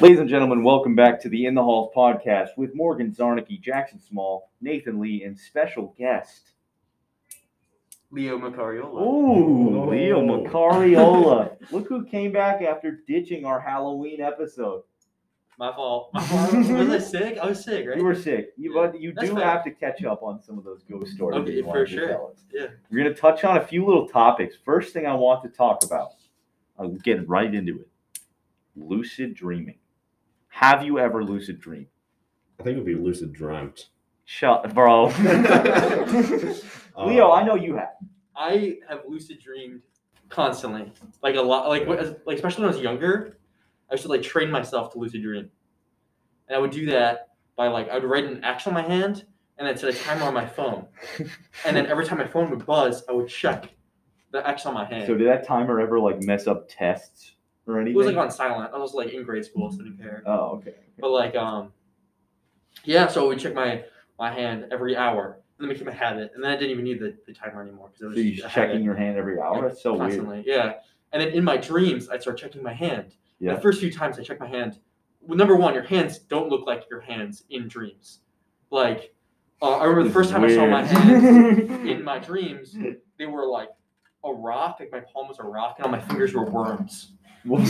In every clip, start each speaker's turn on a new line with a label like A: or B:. A: Ladies and gentlemen, welcome back to the In the Halls podcast with Morgan Zarnicki, Jackson Small, Nathan Lee, and special guest.
B: Leo Macariola.
A: Ooh,
C: Oh.
A: Leo Macariola. Look who came back after ditching our Halloween episode.
B: My fault. My fault. was I sick? I was sick, right?
A: You were sick. You,
B: Yeah.
A: but you
B: That's
A: do
B: fair.
A: have to catch up on some of those ghost stories.
B: Okay,
A: that you
B: for
A: wanted to
B: sure.
A: tell us.
B: Yeah.
A: We're going to touch on a few little topics. First thing I want to talk about, I'll get right into it lucid dreaming. Have you ever lucid dreamed?
C: I think it would be lucid dreamt.
A: Shut, bro.
C: Uh,
A: Leo, I know you have.
B: I have lucid dreamed constantly, like a lot, like when- like especially when I was younger. I used to like train myself to lucid dream, and I would do that by like I would write an action on my hand and then set a timer on my phone, and then every time my phone would buzz, I would check the action on my hand.
A: So did that timer ever like mess up tests or anything?
B: it was like on silent. I was like in grade school, so I didn't care.
A: oh, okay.
B: But like, um, yeah. So I would check my my hand every hour, and then became a habit, and then I didn't even need the, the timer anymore because I was
A: So you're
B: just a
A: just
B: habit.
A: checking your hand every hour. That's so weird.
B: constantly. Yeah. And then in my dreams, I'd start checking my hand. And
A: Yeah.
B: The first few times I check my hand, well, number one, your hands don't look like your hands in dreams. Like, uh, I remember the
A: It's
B: first time I saw my
A: weird.
B: hands in my dreams, they were like a rock, like my palm was a rock, and all my fingers were worms.
A: what?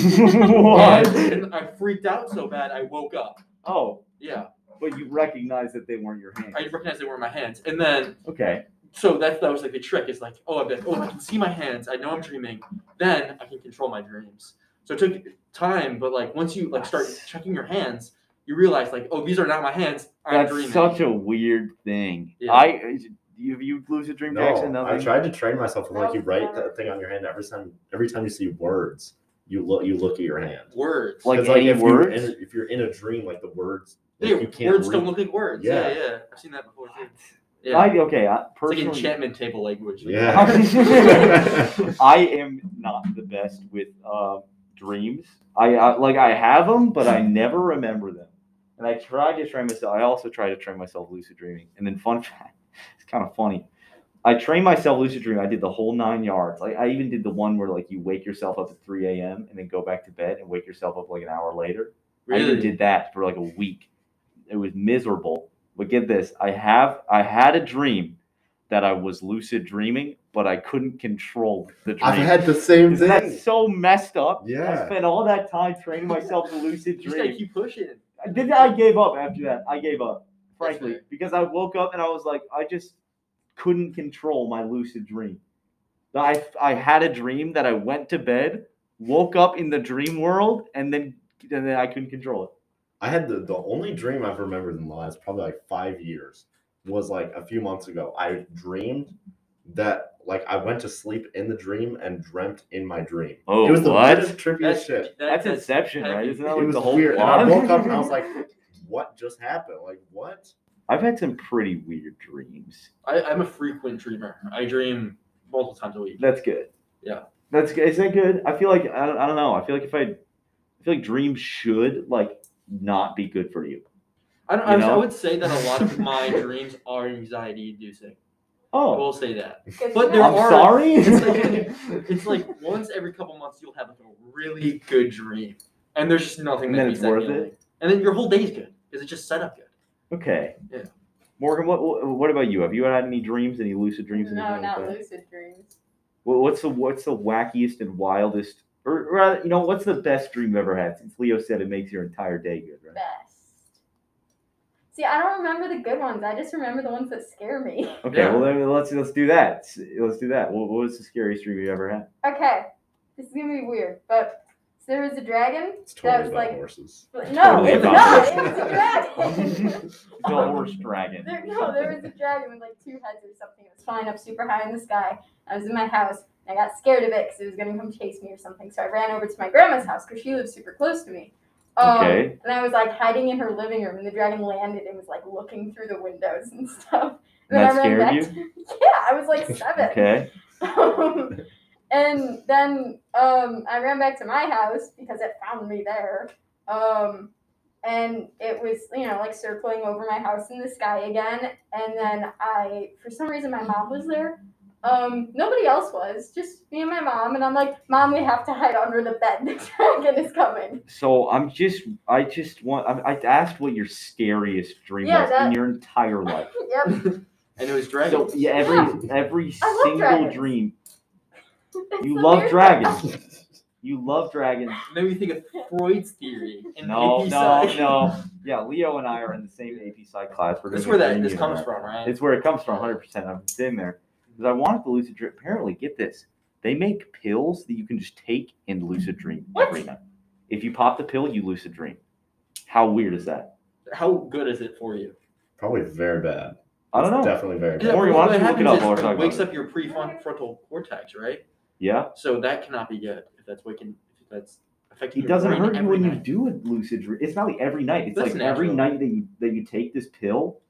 B: And, and I freaked out so bad, I woke up.
A: Oh,
B: Yeah.
A: but you recognize that they weren't your hands.
B: I recognized they were my hands. And then
A: Okay.
B: so that that was like the trick is like oh I'm like, oh I can see my hands I know I'm dreaming then I can control my dreams so it took time but like once you like start checking your hands you realize like oh these are not my hands I'm
A: That's
B: dreaming
A: such a weird thing.
B: Yeah.
A: I is- you you lucid dream Jackson
C: no, I
A: nothing.
C: tried to train myself with like you
D: No,
C: write
D: never.
C: that thing on your hand every time. Every time you see words, you look you look at your hand.
B: words
A: Like
C: 'Cause,
A: any
C: if
A: words?
C: You're in, if you're in a dream, like the words, like,
B: yeah,
C: you can't
B: words
C: read.
B: don't look like words yeah yeah,
C: Yeah.
B: I've seen that before too
A: What?
B: yeah
A: I okay. I
B: it's like
A: personally,
B: enchantment table language
C: Yeah.
A: I am not the best with uh, dreams. I, I like I have them, but I never remember them. And I tried to train myself. I also tried to train myself lucid dreaming. And then fun fact, it's kind of funny. I trained myself lucid dreaming. I did the whole nine yards. Like I even did the one where like you wake yourself up at three a.m. and then go back to bed and wake yourself up like an hour later. I even
B: really
A: did that for like a week. It was miserable. But get this, I have I had a dream that I was lucid dreaming, but I couldn't control the dream.
C: I've had the same
A: Isn't that
C: thing.
A: so messed up? I
C: Yeah.
A: spent all that time training myself to lucid
B: you just gotta
A: dream.
B: keep pushing
A: I did I gave up after that. I gave up, frankly,
B: fair.
A: because I woke up and I was like, I just couldn't control my lucid dream. I I had a dream that I went to bed, woke up in the dream world, and then and then I couldn't control it.
C: I had the, the only dream I've remembered in the last probably like five years was like a few months ago. I dreamed that like I went to sleep in the dream and dreamt in my dream.
A: Oh,
C: it was the
A: what?
C: weirdest,
B: that's
C: trippiest shit.
B: that-
A: That's Inception,
B: heavy.
A: right? Isn't that
C: It
A: like
C: was
A: the whole
C: weird.
A: plot?
C: And I woke up and I was like, what just happened? Like, what?
A: I've had some pretty weird dreams.
B: I, I'm a frequent dreamer I dream multiple times a week
A: That's good.
B: Yeah.
A: That's good. Is that good? I feel like I don't, I don't know. I feel like if I, I feel like dreams should like not be good for you.
B: I don't
A: You
B: I, I
A: know?
B: would say that a lot of my dreams are anxiety inducing I
A: Oh,
B: will say that
D: Good
B: But
D: to
B: there
D: know.
A: I'm
B: are-
A: sorry.
B: it's It's like once every couple months you'll have like a really good dream, and there's just nothing
A: And
B: that
A: then
B: beats
A: it's worth
B: that feeling.
A: it?
B: And then your whole day's good because it's just set up good.
A: okay.
B: Yeah.
A: Morgan, what what what about you? Have you had any dreams? Any lucid dreams?
D: No,
A: anything like
D: not
A: that?
D: lucid dreams.
A: What- What's the what's the wackiest and wildest, or rather, you know, what's the best dream you've ever had? Since Leo said it makes your entire day good, right?
D: Best. See, I don't remember the good ones. I just remember the ones that scare me.
A: Okay,
B: Yeah.
A: well then let's let's do that. S- Let's do that. What, what was the scariest dream you ever had?
D: Okay, this is gonna be weird, but so there was a dragon.
C: It's totally
D: was
C: about
D: like-
C: horses.
D: But no,
B: Oh,
A: Totally
D: it's
A: about
D: not.
A: it.
D: It was a dragon.
A: It's a horse dragon.
D: there, no, there was a dragon with like two heads or something. It was flying up super high in the sky. I was in my house. and I got scared of it because it was gonna come chase me or something. So I ran over to my grandma's house because she lives super close to me. Um,
A: Okay.
D: And I was like hiding in her living room, and the dragon landed and was like looking through the windows and stuff.
A: And that scared
D: back
A: you?
D: To, yeah, I was like seven.
A: Okay.
D: Um, and then um, I ran back to my house because it found me there. Um, and it was, you know, like circling over my house in the sky again. And then I, for some reason, my mom was there. Um, nobody else was, just me and my mom. And I'm like, Mom, we have to hide under the bed. The dragon is coming.
A: So I'm just, I just want, I, I asked what your scariest dream
D: Yeah,
A: was in
D: that-
A: your entire life.
D: yep.
B: And it was
A: So
B: dragons.
A: yeah, every every
D: I love
A: single
D: dragons.
A: dream,
D: It's
A: you
D: the
A: love
D: weird-
A: dragons. You love dragons.
B: Maybe you think of Freud's theory. And
A: No, no,
B: AP Psych.
A: no. Yeah, Leo and I are in the same AP Psych class. We're
B: This is
A: gonna
B: where
A: get
B: that
A: to
B: this
A: Indian
B: comes
A: that.
B: from, right?
A: It's where it comes from, 100%. I'm sitting there because I wanted the lucid dream. Apparently, get this: they make pills that you can just take and lucid dream every night. If you pop the pill, you lucid dream. How weird is that?
B: How good is it for you?
C: Probably very bad.
A: I don't
C: It's
A: know.
C: Definitely very
A: Yeah.
C: bad.
A: Maury, why don't you
B: what
A: look it
B: happens
A: up
B: is
A: while we're
B: it
A: talking about
B: wakes
A: it?
B: up your prefrontal cortex, right?
A: Yeah,
B: So that cannot be good if that's waking. If that's
A: it
B: affecting. your
A: doesn't
B: brain
A: hurt you
B: every
A: when you
B: night.
A: do a lucid dream. It's not like every night. It's
B: That's
A: like every
B: natural.
A: night that you that you take this pill,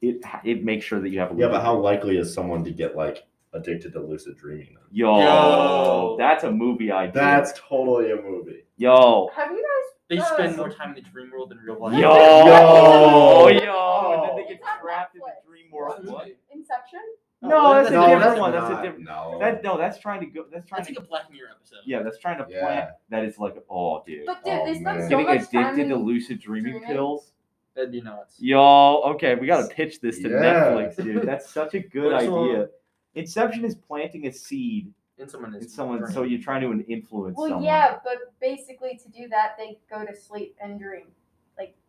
A: it it makes sure that you have a lucid
C: Yeah, but how likely is someone to get like addicted to lucid dreaming? Then?
A: Yo,
B: Yo.
A: that's a movie idea.
C: That's totally a movie.
A: yo,
D: Have you guys?
B: They
D: Uh,
B: spend
D: so-
B: more time in the dream world than real
A: yo, Oh, yo,
B: life.
C: Yo.
A: and then they get
D: It's on
A: trapped in
D: Netflix.
A: the dream world.
B: What?
D: Inception?
A: No, Oh, that's a
B: No,
A: different
B: that's
A: one. That's a
C: not-
A: different.
C: No.
A: That no, that's trying to go. That's trying
B: That's
A: to.
B: like a Black Mirror episode.
A: yeah, that's trying to
C: Yeah.
A: plant. That is like, oh, dude,
D: But dude,
C: Oh,
D: they spend
C: man.
D: so
A: getting
D: much time
A: addicted
D: in
A: to lucid dreaming
D: dreaming.
A: pills.
B: That'd be nuts.
A: Yo, okay, we gotta pitch this to
C: Yeah.
A: Netflix, dude. That's such a good
B: Which one?
A: idea. Inception is planting a seed
B: And someone
A: in
B: is
A: someone, so
B: dreaming.
A: you're trying to influence
D: Well,
A: someone.
D: yeah, but basically to do that, they go to sleep and dream.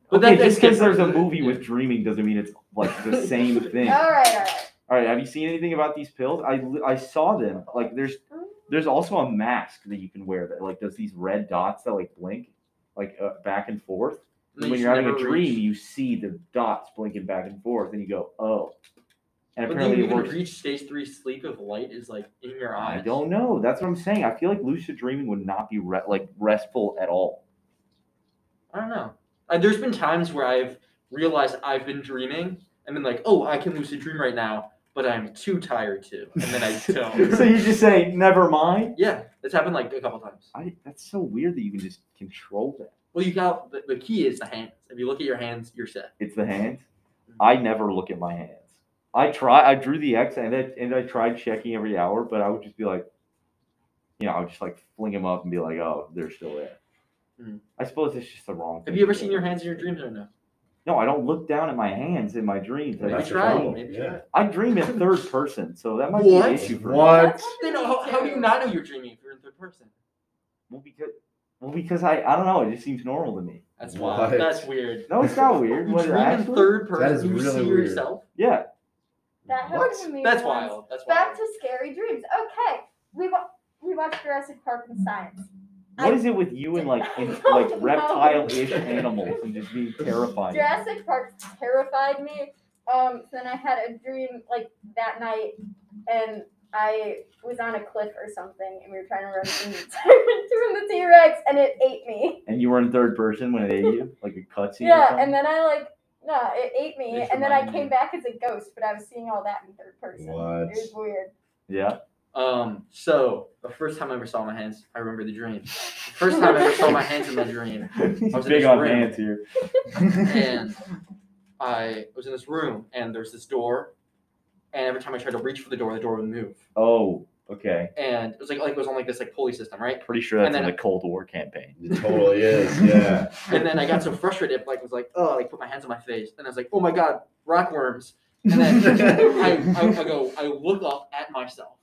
B: But
A: okay,
B: that-
A: just
B: that's
A: because there's a
B: different.
A: movie with dreaming doesn't mean it's like the same thing.
D: All right, all right.
A: All right, have you seen anything about these pills? I li- I saw them. Like there's there's also a mask that you can wear that like does these red dots that like blink like uh, back and forth. And
B: And you
A: when
B: should
A: you're having a
B: never
A: dream,
B: reach-
A: you see the dots blinking back and forth, and you go, "Oh." And
B: But do
A: apparently
B: you
A: it
B: even
A: works.
B: reach stage three sleep if light is like in your eyes?
A: I don't know. That's what I'm saying. I feel like lucid dreaming would not be re- like restful at all.
B: I don't know. Uh, there's been times where I've realized I've been dreaming and been like, oh, I can lucid dream right now, but I'm too tired to. And then I
A: so
B: don't.
A: you just say, "Never mind."
B: yeah, that's happened like a couple times.
A: I, that's so weird that you can just control that.
B: Well, you got the, the key is the hands. If you look at your hands, you're set.
A: It's the hands. I never look at my hands. I try. I drew the X and I, and I tried checking every hour, but I would just be like, you know, I would just like fling them up and be like, oh, they're still there.
B: Hmm.
A: I suppose it's just the wrong.
B: Have
A: thing
B: you ever
A: to
B: seen
A: do.
B: your hands in your dreams or no?
A: No, I don't look down at my hands in my dreams.
B: Maybe
A: I,
C: That's your
B: try.
C: problem,
B: Maybe
C: yeah.
B: try.
A: I dream in third person, so that might be
B: What?
A: an issue for me.
C: What?
B: Then how, how do you not know you're dreaming if you're in third person?
A: Well, because well, because I I don't know. It just seems normal to me.
B: That's
C: What?
B: wild. That's weird.
A: No, it's not
B: You
A: weird. Was it
B: dream in
A: actually?
B: third person.
C: That is
B: you
C: really
B: see
C: weird.
B: yourself.
A: Yeah.
D: That
C: What?
D: happened to me.
B: That's
D: once.
B: wild. That's wild.
D: Back to scary dreams. Okay, we wa- we watched Jurassic Park and science.
A: What is it with you and like in,
D: I
A: like
D: don't know.
A: reptile-ish animals and just being terrifying?
D: Jurassic Park terrified me. Um, then I had a dream like that night, and I was on a cliff or something, and we were trying to run from the T Rex, and it ate me.
A: and you were in third person when it ate you, like it cuts you. or
D: Yeah,
A: something?
D: and then I like no, it ate me,
B: This
D: and then I
B: reminded me.
D: came back as a ghost, but I was seeing all that in third person.
C: What?
D: It was weird.
A: yeah,
B: Um, so the first time I ever saw my hands, I remember the dream. The first time I ever saw my hands in the dream,
A: he's
B: was in
A: big
B: this
A: on
B: room.
A: hands here.
B: and I was in this room, and there's this door, and every time I tried to reach for the door, the door would move,
A: oh, okay.
B: and it was like like it was on like this like pulley system, right?
A: Pretty sure
B: And
A: that's in
B: then-
A: the Cold War campaign.
C: It totally is. Yeah.
B: And then I got so frustrated, like was like, oh, like put my hands on my face, and I was like, oh my god, rockworms. And then I, I, I go, I look up at myself,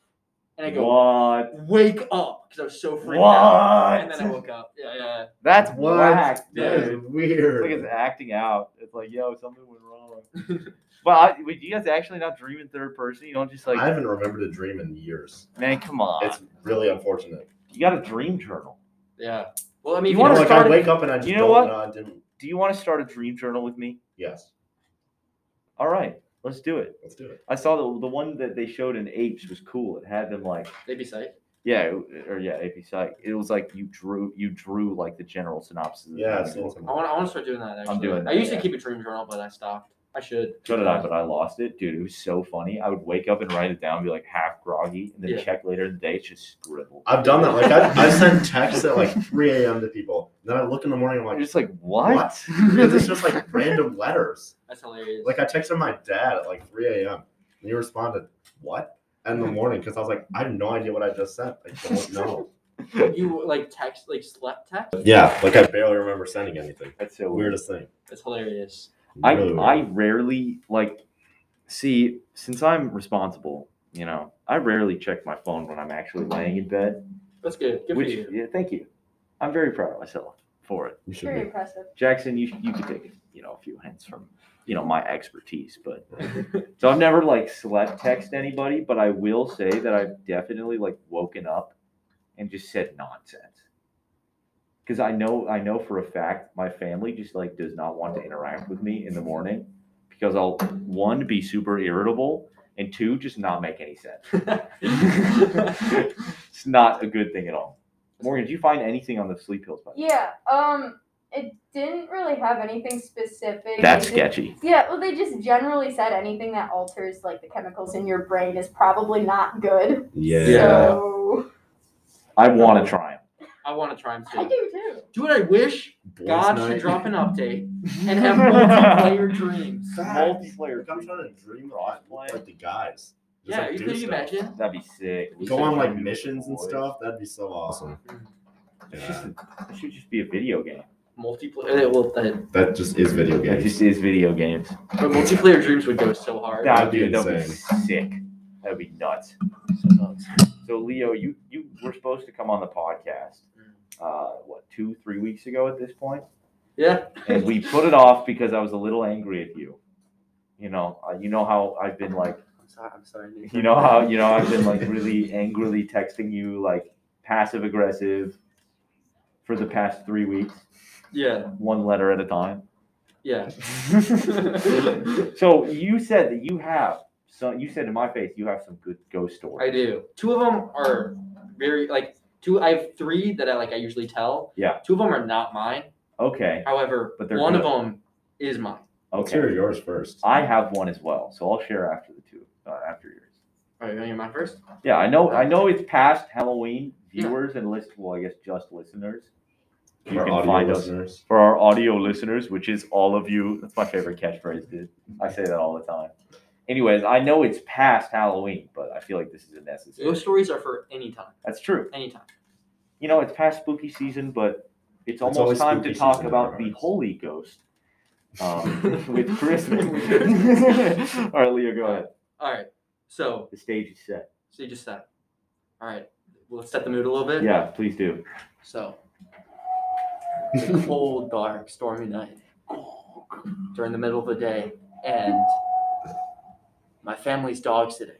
B: and I go,
A: what?
B: wake up, because I was so freaked out. And then I
A: What?
B: woke up. Yeah, yeah.
A: That's
C: What?
A: whack,
C: That
A: dude.
C: is
A: It's like
C: weird.
A: it's acting out. It's like, yo, something went wrong. But I, wait, do you guys actually not dream in third person? You don't just like,
C: I haven't remembered a dream in years.
A: man, come on.
C: It's really unfortunate.
A: You got a dream journal.
B: Yeah. Well, I mean,
A: You
B: if
A: wanna
C: know,
B: don't
C: like
A: start
C: I
A: a-
C: wake up and I just
A: you know
C: don't
A: what?
C: know I didn't.
A: Do you want to start a dream journal with me?
C: Yes.
A: All right, let's do it.
C: Let's do it.
A: I saw the the one that they showed in Apes was cool. It had them like.
B: They'd be psyched.
A: Yeah, it- or yeah, AP Psych. It was like you drew you drew like the general synopsis. of the
C: Yeah.
A: manual.
C: So
B: I want. I want to start doing that. Actually.
A: doing
B: I
A: that,
B: used
A: yeah.
B: to keep a dream journal, but I stopped. I should.
A: so did I, but I lost it, dude. It was so funny. I would wake up and write it down, be like half groggy, and then
B: Yeah.
A: check later in the day, it's just scribbled.
C: I've done that. Like I, I send texts at like 3 a.m. to people. Then I look in the morning. I'm
A: I'm
C: like,
A: just like, what?
C: What? dude, it's just like random letters.
B: That's hilarious.
C: Like I texted my dad at like 3 a.m. and he responded, "What?" in the morning because I was like, I have no idea what I just said. I don't know.
B: You like text like slept text.
C: yeah, like I barely remember sending anything.
A: That's so weird.
C: Weirdest thing.
B: That's hilarious.
A: I
C: Really weird.
A: I rarely like see since I'm responsible. You know, I rarely check my phone when I'm actually laying in bed.
B: That's good. Good
A: which
B: for you.
A: yeah, thank you. I'm very proud of myself for it.
C: You should
D: Very
C: be.
D: impressive.
A: Jackson, you you could take you know a few hints from you know my expertise, but so I've never like slept text anybody, but I will say that I've definitely like woken up and just said nonsense because I know I know for a fact my family just like does not want to interact with me in the morning because I'll one be super irritable and two just not make any sense. It's not a good thing at all. Morgan, did you find anything on the sleep pills? By the way?
D: Yeah. Um, it didn't really have anything specific.
A: That's
D: It just-
A: sketchy.
D: Yeah, well, they just generally said anything that alters like the chemicals in your brain is probably not good.
C: Yeah.
B: Yeah.
D: So
A: I want to try 'em.
B: I want to try them
D: I
B: too.
D: do too.
B: Do what I wish.
C: Boys
B: God
C: night.
B: should drop an update and have multiplayer dreams.
C: Facts.
A: multiplayer
C: Like, I'm trying to dream about
A: Crossplay.
C: like the guys.
B: Yeah,
C: Just, like,
B: you
C: do
B: could
C: stuff.
B: imagine.
A: That'd be sick.
C: Go on like
A: Boys.
C: missions and stuff. That'd be so awesome.
A: It should just, it should just be a video game.
B: Multiplayer. uh, Well, that,
C: That just is video
A: It
C: games.
A: just is video games.
B: but multiplayer dreams would go so hard.
A: Nah,
C: That'd be
A: dude, that'd be sick. That'd be nuts. So Leo, you you were supposed to come on the podcast,
C: Mm.
A: uh, what two three weeks ago at this point,
B: Yeah.
A: and we put it off because I was a little angry at you. You know, uh, you know how I've been like,
B: I'm sorry. I'm sorry. Nathan.
A: you know how you know I've been like really angrily texting you like passive aggressive for the past three weeks,
B: Yeah.
A: one letter at a time.
B: Yeah.
A: so you said that you have some. You said to my face, you have some good ghost stories.
B: I do. Two of them are very like two. I have three that I like. I usually tell.
A: Yeah.
B: Two of them are not mine.
A: Okay,
B: However,
A: But they're
B: one
A: good.
B: of them is mine.
C: Let's
A: okay.
C: hear yours first.
A: I have one as well, so I'll share after the two, uh, after yours.
B: All right, you want to hear mine first?
A: Yeah, I know. I know it's past Halloween.
B: Yeah.
A: Viewers and list, well, I guess just listeners. You
C: Our
A: can
C: audio
A: find us
C: listeners.
A: for our audio listeners, which is all of you. That's my favorite catchphrase, dude. I say that all the time. Anyways, I know it's past Halloween, but I feel like this is a necessary.
B: Ghost stories are for any time.
A: That's true.
B: Any time.
A: you know, it's past spooky season, but it's
C: It's
A: almost
C: always
A: time to
C: spooky
A: talk
C: season in
A: about
C: our
A: the
C: hearts.
A: Holy Ghost um, with Christmas.
B: With Christmas.
A: All right, Leo, go ahead.
B: All right. So,
A: The stage is set.
B: so you just said. All right. Well, let's set the mood a little bit.
A: Yeah, please do.
B: So, it's a cold, dark, stormy night during the middle of the day, and my family's dog sitting.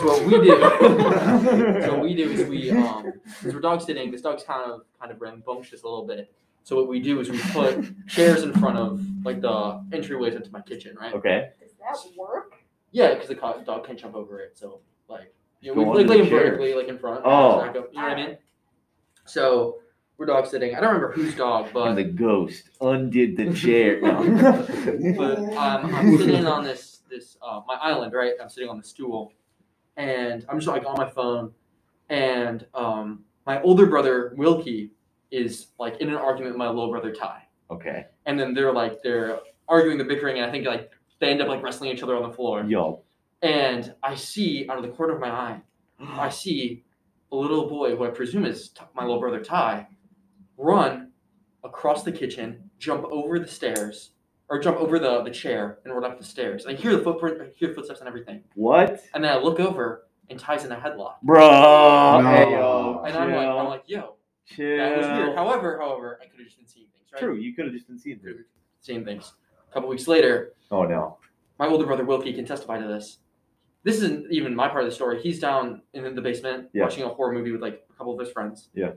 B: So what we do, so what we do is we um, because we're dog sitting. This dog's kind of kind of rambunctious a little bit. So what we do is we put chairs in front of like the entryways into my kitchen, right?
A: Okay.
D: Does that work?
B: Yeah, because the co- dog can jump over it. So like, you know,
A: Go
B: we like
A: under
B: lay
A: the
B: him
A: chair.
B: vertically, like in front.
A: Oh.
B: Back up, you know what I mean? So we're dog sitting. I don't remember whose dog, but
A: And the ghost undid the chair.
B: but um, I'm sitting on this this uh, my island, right? I'm sitting on the stool, and I'm just like on my phone, and um, my older brother Wilkie is like in an argument with my little brother Ty,
A: okay.
B: and then they're like they're arguing, they're bickering, and I think like they end up like wrestling each other on the floor,
A: Yo.
B: and I see out of the corner of my eye, I see a little boy who I presume is T- my little brother Ty run across the kitchen, jump over the stairs, or jump over the, the chair and run up the stairs. I hear the footprint, I hear footsteps and everything.
A: What?
B: And then I look over and Ty's in a headlock.
A: Bro.
C: No.
A: Hey, yo.
B: And I'm like, I'm
A: chill,
B: like, yo,
A: chill.
B: that was weird. However, however, I could have just been seeing things, right?
A: True. You could have just been seeing through.
B: Seeing things. A couple weeks later,
A: Oh, no.
B: my older brother Wilkie can testify to this. This isn't even my part of the story. He's down in the basement
A: Yeah.
B: watching a horror movie with like a couple of his friends.
A: Yeah.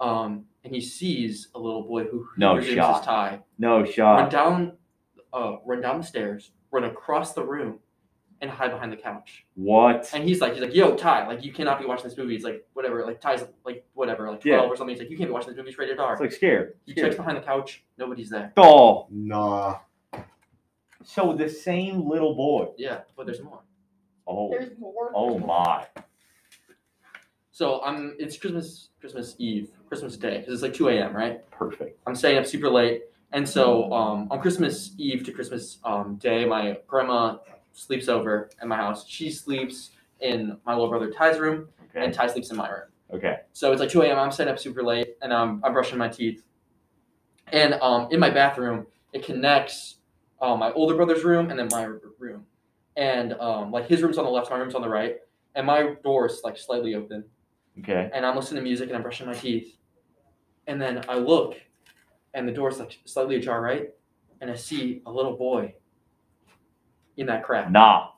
B: Um, and he sees a little boy who
A: No
B: resumes
A: shot.
B: his tie,
A: No
B: run
A: shot.
B: down, uh, run down the stairs, run across the room, and hide behind the couch.
A: What?
B: And he's like, he's like, yo, Ty, like you cannot be watching this movie. It's like whatever, like Ty's like whatever, like
A: Yeah.
B: twelve or something. He's like, you can't be watching this movie. It's rated R.
A: It's like scared.
B: he checks
A: scared.
B: behind the couch. Nobody's there.
A: Oh.
C: Nah.
A: So the same little boy.
B: Yeah, but there's more.
A: Oh,
D: There's more.
A: oh my.
B: So I'm. It's Christmas, Christmas Eve, Christmas Day, because it's like two a.m. Right?
A: Perfect.
B: I'm staying up super late, and so um, on Christmas Eve to Christmas um, Day, my grandma sleeps over at my house. She sleeps. in my little brother Ty's room,
A: Okay.
B: and Ty sleeps in my room.
A: Okay.
B: So it's like 2 a.m. I'm setting up super late, and um, I'm brushing my teeth. And um, in my bathroom, it connects uh, my older brother's room and then my r- room. And um, like his room's on the left, my room's on the right, and my door is like slightly open.
A: Okay.
B: And I'm listening to music and I'm brushing my teeth. And then I look, and the door's like slightly ajar, right? And I see a little boy in that crack.
A: Nah.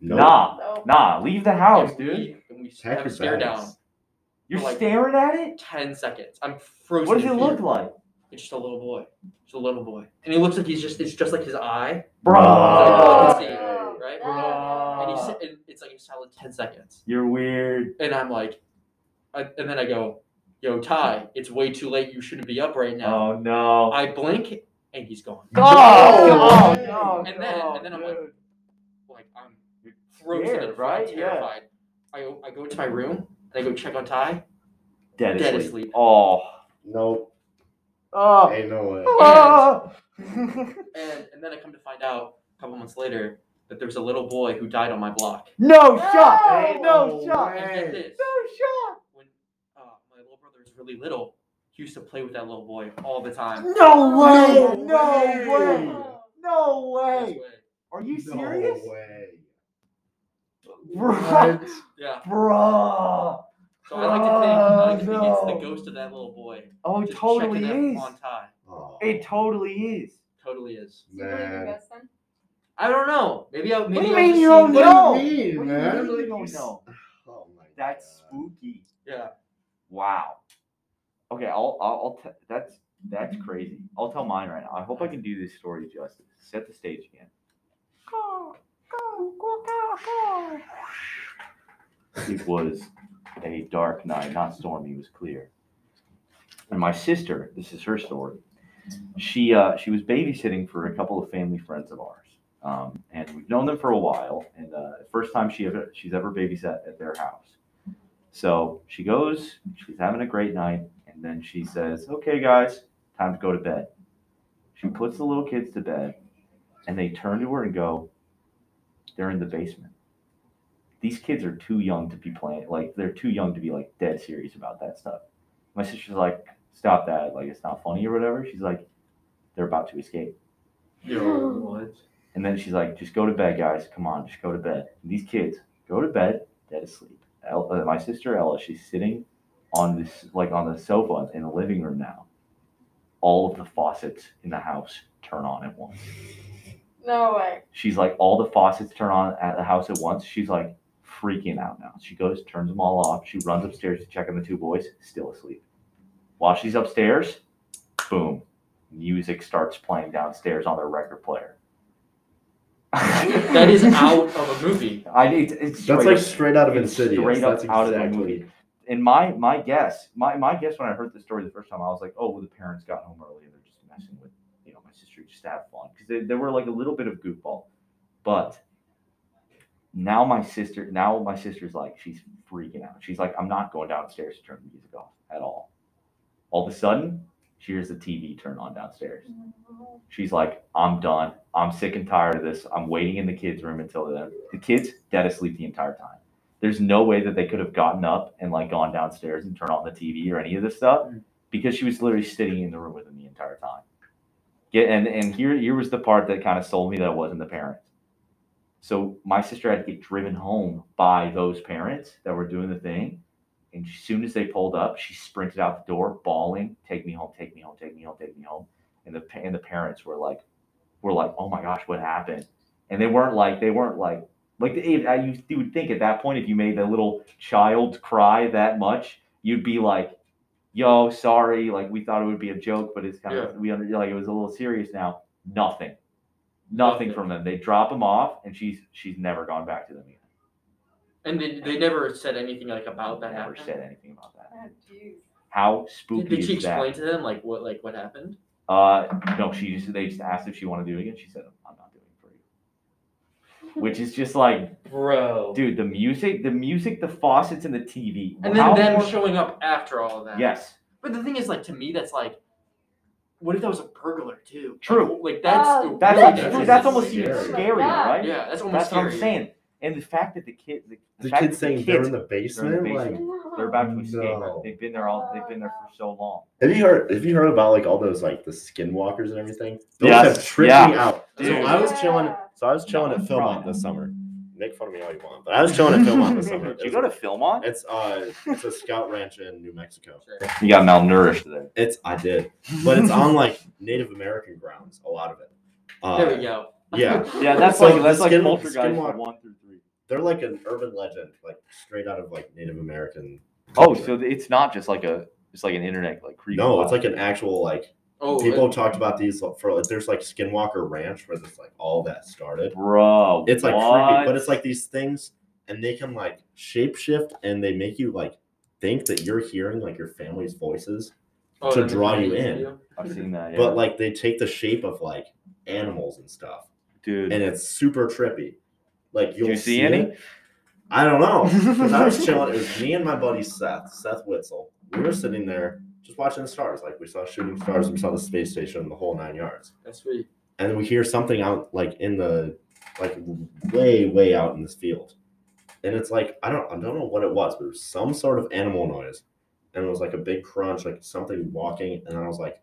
C: No.
A: Nah.
D: So
A: Nah. Leave the house,
B: And
A: dude.
B: We, and we
C: Pack
B: have
C: your
B: a stare down.
C: bags.
A: You're
B: like-
A: staring at it.
B: 10 seconds. I'm frozen.
A: What does
B: in
A: it
B: fear.
A: look like,
B: It's just a little boy. Just a little boy. And he looks like he's just, it's just like his eye,
A: bro?
B: Like,
D: no,
B: right?
D: no, no,
B: and, he's,
A: Ah.
D: no.
B: and it's like a solid 10 seconds.
A: You're weird.
B: And I'm like, I, and then I go, yo, Ty, it's way too late. You shouldn't be up right now.
A: Oh no.
B: I blink and he's gone.
A: Oh,
D: Oh,
A: no,
D: no,
B: And then-
A: no,
B: and then I'm like,
A: dude.
B: Like, I'm
A: You're
B: frozen
A: scared,
B: in fear,
A: right? Yeah.
B: terrified. I, go, I go to my room and I go check on Ty.
A: dead,
B: dead
A: asleep.
B: asleep.
A: Oh.
C: Nope.
A: Oh.
C: Ain't no way.
A: Oh.
B: And, and then I come to find out a couple months later that there was a little boy who died on my block.
A: no shot.
D: No.
A: No shot.
B: And get this.
A: No shot.
B: when uh, my little brother was really little, he used to play with that little boy all the time.
A: No way.
D: No
A: No
C: way.
A: way.
D: No.
A: No
B: This
A: way.
B: way.
A: Are you serious?
C: No way.
A: Bro.
B: Yeah.
A: Bro.
B: So I like to think, I like to think
A: Oh,
B: it's the
A: no.
B: ghost of that little boy.
A: Oh, it
B: just
A: totally
B: checking
A: is.
B: up on Ty.
C: Oh.
A: It totally is.
B: Totally is.
D: Do you believe in
C: Man.
D: ghosts then?
B: I don't know. Maybe I. Maybe
A: do you
B: I
A: mean
B: just
A: you
B: see-
A: don't
C: What
A: know?
C: do you mean,
A: What do you
C: man?
A: mean you
C: Like,
A: don't
C: s-
A: know?
C: Oh my
A: That's
C: God.
A: spooky.
B: Yeah.
A: uh, Wow. Okay, I'll I'll, I'll t- that's that's crazy. I'll tell mine right now. I hope I can do this story justice. Set the stage again. It was a dark night, not stormy. It was clear. And my sister, this is her story. She uh, she was babysitting for a couple of family friends of ours, um, and we've known them for a while. And uh, first time she ever she's ever babysat at their house. So she goes, she's having a great night, and then she says, Okay, guys, time to go to bed. She puts the little kids to bed, and they turn to her and go, They're in the basement. These kids are too young to be playing, like, they're too young to be, like, dead serious about that stuff. My sister's like, Stop that. Like, it's not funny or whatever. She's like, They're about to escape.
B: Yo, what?
A: And then she's like, just go to bed, guys. Come on, just go to bed. And these kids go to bed, dead asleep. El- uh, my sister Ella, she's sitting on this, like on the sofa in the living room now. All of the faucets in the house turn on at once.
D: No way.
A: She's like, all the faucets turn on at the house at once. She's like freaking out now. She goes, turns them all off. She runs upstairs to check on the two boys, still asleep. While she's upstairs, boom, music starts playing downstairs on their record player.
B: That is out of a movie.
A: I it's, it's
C: That's
A: straight
C: like
A: up-
C: straight out of
A: it's
C: Insidious.
A: Straight up
C: That's
A: out of that
C: exactly-
A: movie. And my my guess, my my guess when I heard the story the first time, I was like, oh, well, the parents got home early and they're just messing with, you know, my sister just to have fun because they, they were like a little bit of goofball, but now my sister now my sister's like she's freaking out. She's like, I'm not going downstairs to turn the music off at all. All of a sudden, she hears the TV turn on downstairs. She's like, I'm done. I'm sick and tired of this. I'm waiting in the kids' room until then. The kids dead asleep the entire time. There's no way that they could have gotten up and like gone downstairs and turned on the TV or any of this stuff because she was literally sitting in the room with them the entire time. Yeah, and and here here was the part that kind of sold me that it wasn't the parents. So my sister had to get driven home by those parents that were doing the thing. And as soon as they pulled up, she sprinted out the door, bawling, "Take me home! Take me home! Take me home! Take me home!" and the pa- and the parents were like were like oh my gosh what happened and they weren't like they weren't like like it, I, you, you would think at that point if you made the little child cry that much you'd be like yo sorry like we thought it would be a joke but it's kind of we under, like it was a little serious now nothing nothing
B: Nothing.
A: from them they drop them off and she's she's never gone back to them again
B: And they, they never said anything like about that.
A: never
B: happening.
A: said anything about that
D: Oh, jeez.
A: how
B: Did,
A: spooky
B: did she
A: is that
B: explain to them like what like what happened?
A: Uh, no, she just they just asked if she wanted to do it again. She said, "I'm not doing it for you," which is just like,
B: Bro.
A: dude, the music, the music, the faucets, and the TV.
B: and then
A: How
B: them
A: more-
B: showing up after all of that.
A: yes,
B: But the thing is, like to me, that's like, what if that was a burglar too?
A: True.
B: Like, like that's
D: Oh,
A: that's
D: Yeah,
A: like
C: that's
A: that's,
C: just
A: almost
C: scary.
A: even
C: Oh my
A: scarier,
D: God.
A: right?
B: yeah, that's almost
A: that's what
B: scary.
A: I'm saying. And the fact that the kid, the, the
C: The
A: fact
C: kids
A: that
C: saying they're in the basement.
A: basement.
C: Like,
A: they're about to escape.
C: No.
A: They've been there all. They've been there for so long.
C: have you heard? Have you heard about like all those like the skinwalkers and everything? Those
A: Yes.
C: have tripped me
A: Yeah.
C: out. So
A: Dude.
C: I was chilling.
D: Yeah.
C: So I was chilling
A: No,
C: at Philmont
A: probably
C: this summer. Make fun of me all you want, but I was chilling at Philmont this summer.
A: Did you go to Philmont?
C: It's uh, it's a scout ranch in New Mexico.
B: Sure.
A: You got malnourished there.
C: It's I did, but it's on like Native American grounds. A lot of it. Uh,
B: There we go.
C: Yeah,
A: Yeah, that's
C: So
A: like
C: the
A: that's like
C: skin-
A: Poltergeist
C: skinwalk-
A: one through three.
C: they're like an urban legend, like straight out of like Native American.
A: Oh,
C: culture.
A: so it's not just like a it's like an internet like creep.
C: no, it's like an actual like
B: Oh,
C: people talked about these for like there's like Skinwalker Ranch where there's like all that started.
A: bro.
C: It's like
A: what?
C: creepy, but it's like these things, and they can like shapeshift and they make you like think that you're hearing like your family's voices,
B: oh,
C: to
B: that
C: draw
B: makes
C: you
B: sense.
C: in.
B: Yeah.
A: I've seen that. Yeah.
C: but like they take the shape of like animals and stuff,
A: dude,
C: and it's super trippy. Like
A: you
C: you'll
A: see
C: it.
A: any?
C: I don't know. 'Cause I was chilling. It was me and my buddy Seth, Seth Witzel. We were sitting there just watching the stars. Like we saw shooting stars, we saw the space station, the whole nine yards.
B: That's sweet.
C: And we hear something out like in the like way, way out in this field. And it's like I don't I don't know what it was, but it was some sort of animal noise. And it was like a big crunch, like something walking. And I was like,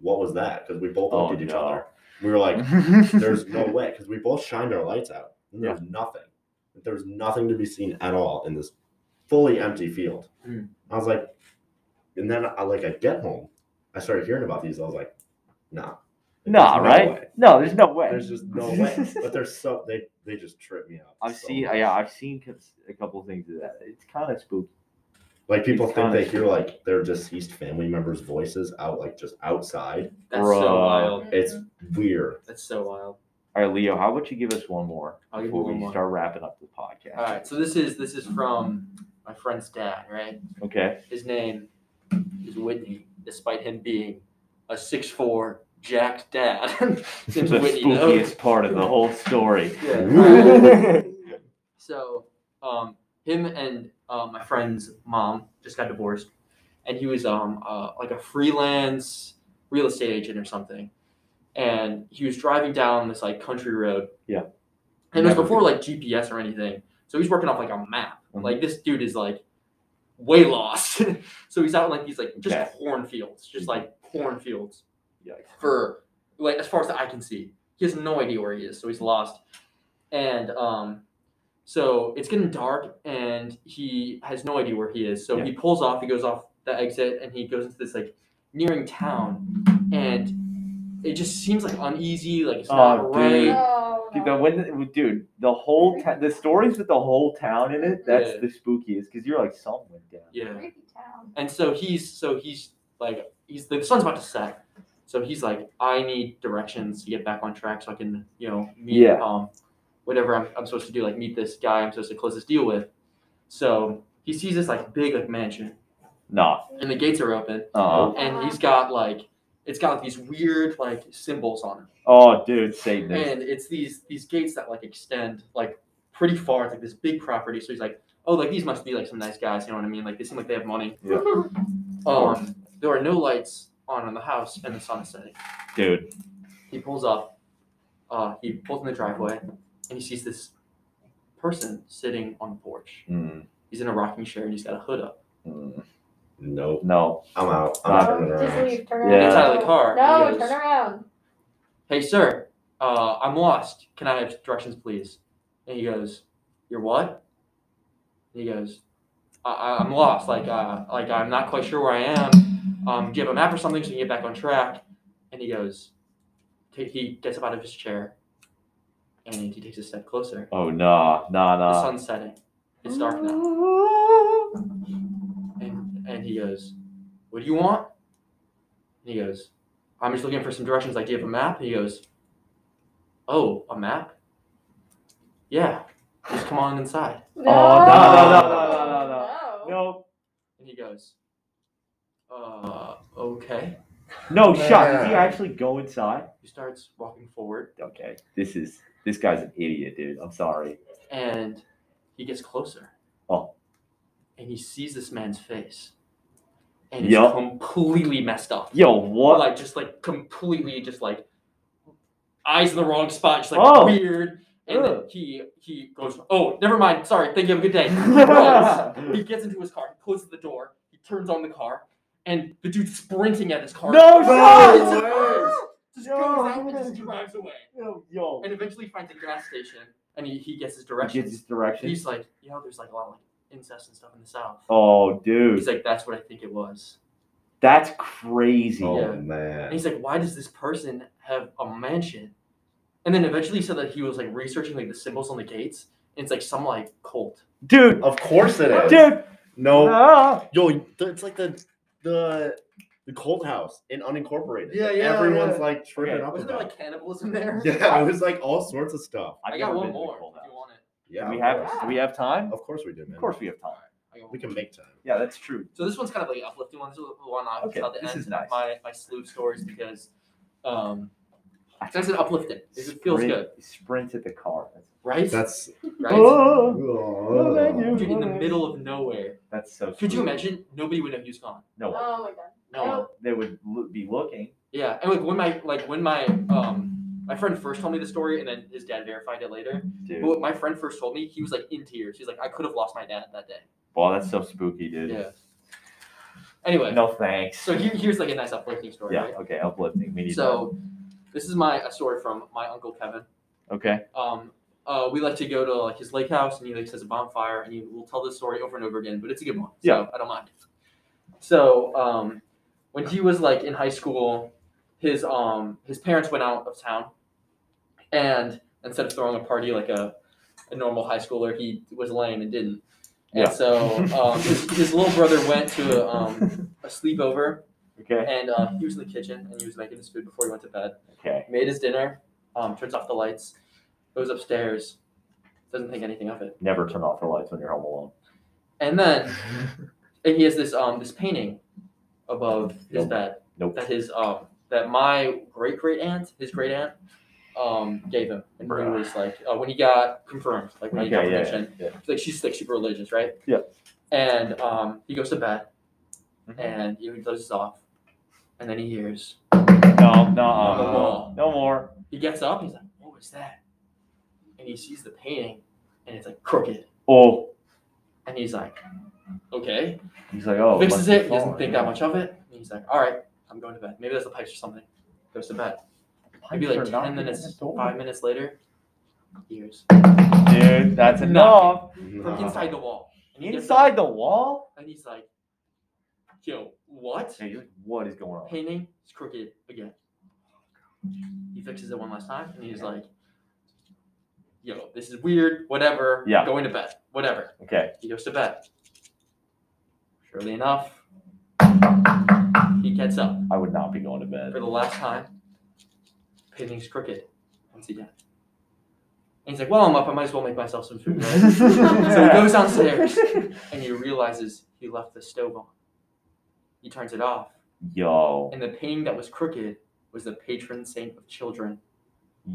C: what was that? Because we both looked
A: Oh,
C: at each
A: no.
C: other. We were like, there's no way because we both shined our lights out and there's nothing there's nothing to be seen at all in this fully empty field
A: Mm.
B: Hmm.
C: i was like and then i like i get home i started hearing about these i was like nah Like,
A: nah,
C: there's no
A: right?
C: way.
A: No, there's no way.
C: there's just no way but they're so they they just trip me out
A: I've
C: so
A: seen,
C: much.
A: yeah, I've seen cons- a couple of things of that. It's kind of spooky.
C: like people
A: it's
C: think they
A: honest.
C: hear like their deceased family members voices out like just outside
B: That's so
A: Bro.
B: wild.
C: it's weird
B: That's so wild.
A: All right, Leo, how about you give us one more
B: I'll give you
A: before we
B: one more.
A: start wrapping up the podcast?
B: All right. So this is this is from my friend's dad, right?
A: Okay.
B: His name is Whitney, despite him being a six four jacked dad. His
A: The
B: name's Whitney. though.
A: spookiest part of the whole story.
B: Yeah. so, um, him and uh, my friend's mom just got divorced, and he was um uh, like a freelance real estate agent or something, and he was driving down this like country road.
A: Yeah.
B: And it was
A: Never
B: before like GPS or anything, so he's working off like a map.
A: Mhm.
B: Like this dude is like way lost, so he's out in like these like just
A: Okay.
B: cornfields,
A: Mm-hmm.
B: just like cornfields
A: Yikes.
B: for like as far as the eye can see. He has no idea where he is, so he's lost. And um, so it's getting dark, and he has no idea where he is. So
A: Yeah.
B: he pulls off. He goes off the exit, and he goes into this like nearing town, and it just seems like uneasy. Like it's
A: Oh,
B: not
A: dude.
B: right.
D: Oh,
A: Dude,
D: no.
B: Uh-huh.
A: the, when, dude, the whole ta- the stories with the whole town in it, that's
B: Yeah.
A: the spookiest because you're like something went down.
B: Yeah.
D: Creepy town.
B: And so he's so he's like he's the sun's about to set. So he's like, I need directions to get back on track so I can, you know, meet
A: Yeah.
B: um whatever I'm, I'm supposed to do, like meet this guy I'm supposed to close this deal with. So he sees this like big like mansion
A: Nah.
B: and the gates are open
A: Uh-uh.
B: and he's got like it's got these weird like symbols on them.
A: Oh, dude, Satanist.
B: And it's these these gates that like extend like pretty far. It's like this big property. So he's like, Oh, like these must be like some nice guys, you know what I mean? Like they seem like they have money. Um, there are no lights on in the house, and the sun is setting.
A: Dude,
B: He pulls up. Uh, he pulls in the driveway, and he sees this person sitting on the porch.
A: Mm,
B: He's in a rocking chair, and he's got a hood up.
A: mm.
C: nope
A: no.
C: i'm out i'm
A: Uh,
C: turning
D: Oh, just
C: around
D: leave. Turn
A: Yeah.
D: around.
A: Gets
B: out of the car.
D: No,
B: He goes-
D: turn around.
B: Hey, sir, uh, I'm lost. Can I have directions, please? And he goes, You're what? And he goes, I- I- I'm lost. Like, uh, like I'm not quite sure where I am. Um, do you have a map or something so we can get back on track? And he goes, he- He gets up out of his chair, and he takes a step closer.
A: Oh, nah, nah,
B: The
A: nah.
B: sun's setting. It's dark now. And, and he goes, What do you want? And he goes, I'm just looking for some directions. Like, do you have a map? And he goes, Oh, a map? Yeah, just come on inside.
D: No.
A: Oh,
C: no, no, no, no,
A: no, no, No,
B: And he goes, Uh, okay.
A: no, shut. Did he
C: Yeah.
A: actually go inside?
B: He starts walking forward
A: Okay. This is this guy's an idiot, dude. I'm sorry.
B: and he gets closer.
A: Oh.
B: And he sees this man's face. And it's
A: Yup.
B: completely messed up.
A: Yo, what?
B: like just like completely just like eyes in the wrong spot, just like
A: Oh.
B: weird. And
A: Ugh.
B: he he goes, oh, never mind. Sorry. Thank you. Have a good day. He runs.
A: no,
B: he gets into his car. He closes the door. He turns on the car, and the dude's sprinting at his car.
A: stop!
B: It's-
A: No
B: just
A: No
B: goes out and just
A: way.
B: drives away.
A: Yo,
B: And eventually finds a gas station, and he, he gets his
A: he gets
B: directions.
A: his directions.
B: He's like, you know, there's like a lot of like incest and stuff in the south.
A: Oh, dude,
B: He's like, that's what I think it was.
A: that's crazy.
C: Oh
B: Yeah. And
C: man.
B: he's like, why does this person have a mansion? And then eventually he said that he was like researching like the symbols on the gates, and it's like some like cult.
A: Dude,
C: Of course
B: Oh,
C: it is.
A: dude,
C: No.
A: ah.
C: Yo, th- it's like the the the cold house in unincorporated.
B: Yeah,
C: that
B: yeah,
C: Everyone's
B: yeah.
C: like tripping
A: Okay,
C: up
B: Wasn't there
C: about.
B: like cannibalism there?
C: yeah, it was like all sorts of stuff.
B: I
A: I've
B: got
A: never
B: one
A: been to the
B: more
A: Cold
B: if you
A: House.
B: want it.
C: Yeah.
A: we
C: of
A: have
C: course.
A: do we have time?
C: Of course we do, man.
A: Of course we have time.
B: I got one.
C: We can make time.
A: Yeah, that's true.
B: So this one's kind of like an uplifting one. This is the one I
A: Okay,
B: thought the
A: this
B: end
A: is nice.
B: of my my slew stories because um that's an uplifting. It feels good,
A: Sprint at the car.
B: right?
C: That's
B: right.
A: Oh, thank you.
B: Dude, in the middle of nowhere.
A: That's so.
B: Could you
A: sweet.
B: imagine? Nobody would know he was gone.
A: No, one.
D: Oh my god.
B: No one.
A: they would lo- be looking.
B: Yeah, and like when my like when my um my friend first told me the story, and then his dad verified it later.
A: Dude,
B: But what my friend first told me, he was like in tears. He's like, I could have lost my dad that day.
A: wow, that's so spooky, dude.
B: Yeah. Anyway,
A: No thanks.
B: so here, here's like a nice uplifting story.
A: yeah.
B: Right?
A: Okay. Uplifting. We need
B: So this is my a story from my uncle Kevin.
A: that. Okay.
B: um, uh, we like to go to like his lake house and he like has a bonfire and he will tell this story over and over again, but it's a good one. So
A: Yeah.
B: I don't mind. So um, when he was like in high school, his um his parents went out of town and instead of throwing a party like a, a normal high schooler, he was lame and didn't. And
A: Yeah.
B: so um, his, his little brother went to a, um, a sleepover
A: Okay.
B: and uh, he was in the kitchen and he was making his food before he went to bed
A: Okay.
B: made his dinner, um, turns off the lights, goes upstairs, doesn't think anything of it,
A: Never turn off the lights when you're home alone.
B: and then and he has this um this painting above his
A: Nope.
B: bed
A: Nope.
B: that his um that my great great aunt, his great aunt, um gave him, and when he
A: Bruh.
B: was like uh, when he got confirmed, like when he got
A: Okay. Yeah.
B: confirmation,
A: yeah,
B: like she's like super religious, right?
A: Yeah.
B: And um he goes to bed,
A: Mhm.
B: and he closes off, and then he hears
A: yeah. No. No.
B: on the
A: uh,
B: wall.
A: No more.
B: He gets up. He's like, "What was that?" And he sees the painting, and it's like crooked.
A: Oh.
B: And he's like, "Okay."
A: He's like, oh. must
B: Fixes it.
A: be
B: He doesn't
A: falling.
B: think that much of it. And he's like, "All right, I'm going to bed. Maybe that's the pipes or something." Goes to bed. Maybe like
A: Thanks for
B: ten
A: knocking at
B: minutes,
A: the door.
B: five minutes later, he hears
A: Dude, that's
B: Knocking.
A: enough.
B: from
C: No.
B: inside the wall. And he gets up,
A: Inside the wall.
B: And he's like, "Yo, what?
A: Hey, you're like, what is going on?
B: Painting is crooked again." He fixes it one last time, and he's like. Yo, this is weird. Whatever.
A: Yeah.
B: Going to bed. Whatever.
A: Okay.
B: He goes to bed. Surely enough, he gets up
A: I would not be going to
B: for
A: bed.
B: the last time. Painting's crooked once again. And he's like, Well, I'm up. I might as well make myself some food. Right? so he goes downstairs and he realizes he left the stove on. He turns it off.
A: Yo.
B: And the painting that was crooked was the patron saint of children.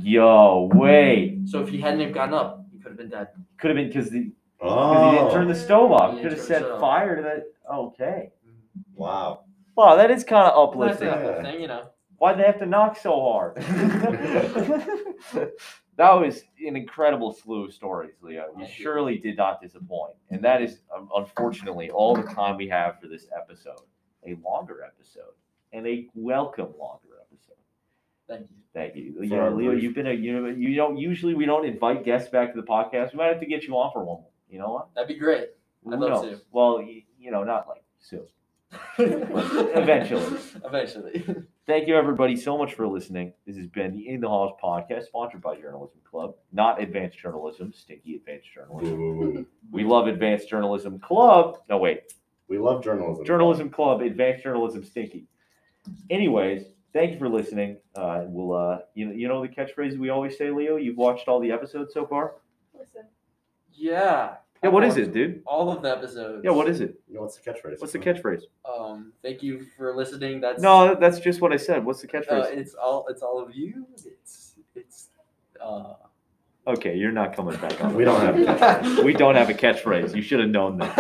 A: Yo. Wait.
B: So if he hadn't have gotten up, he could have been dead.
A: Could have been because the Because he didn't turn
C: Oh.
A: the stove off.
B: He
A: Could have
B: didn't
A: set
B: turn it off.
A: fire to that. Okay.
C: Wow.
A: Wow, that is kind of
B: Well, that's
A: uplifting.
B: the whole thing, you know.
A: Why'd they have to knock so hard? that was an incredible slew of stories, Leo. You
B: Thank you.
A: surely did not disappoint. And that is, um, unfortunately, all the time we have for this episode. A longer episode and a welcome longer episode.
B: Thank you.
A: Thank you.
C: For
A: You
C: our
A: know, Leo,
C: brief-
A: you've been a you know you don't usually we don't invite guests back to the podcast. We might have to get you on for one. more. You know what?
B: That'd be great. I'd
A: Who
B: love
A: knows?
B: to.
A: Well, y- you know, not like soon. Eventually.
B: Eventually.
A: Thank you, everybody, so much for listening. This has been the In the Halls podcast, sponsored by Journalism Club, not Advanced Journalism, stinky Advanced Journalism.
C: Woo.
A: We love Advanced Journalism Club. No, wait,
C: We love journalism.
A: Journalism Club, Advanced Journalism, stinky. Anyways, thank you for listening. Uh, we'll, uh, you know, you know the catchphrase we always say, Leo. You've watched all the episodes so far.
D: Listen.
B: Yeah.
A: Yeah, what is it, dude?
B: All of the episodes.
A: Yeah, what is it?
C: You know, what's the catchphrase?
A: What's the catchphrase?
B: Um, thank you for listening. That's
A: No, that's just what I said. What's the
B: Uh,
A: catchphrase?
B: it's all. It's all of you. It's it's. Uh,
A: Okay, you're not coming back on.
C: We don't have a catchphrase.
A: We don't have a catchphrase. You should have known that.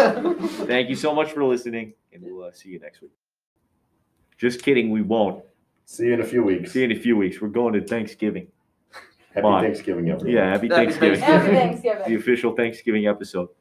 A: Thank you so much for listening, and we'll uh, see you next week. Just kidding, we won't.
C: See you in a few weeks.
A: See you in a few weeks. We're going to Thanksgiving.
E: Happy
A: Fine.
E: Thanksgiving, everyone.
A: Yeah, happy
C: Happy
A: Thanksgiving.
B: Happy
C: Thanksgiving.
A: the
B: Thanksgiving.
A: official Thanksgiving episode.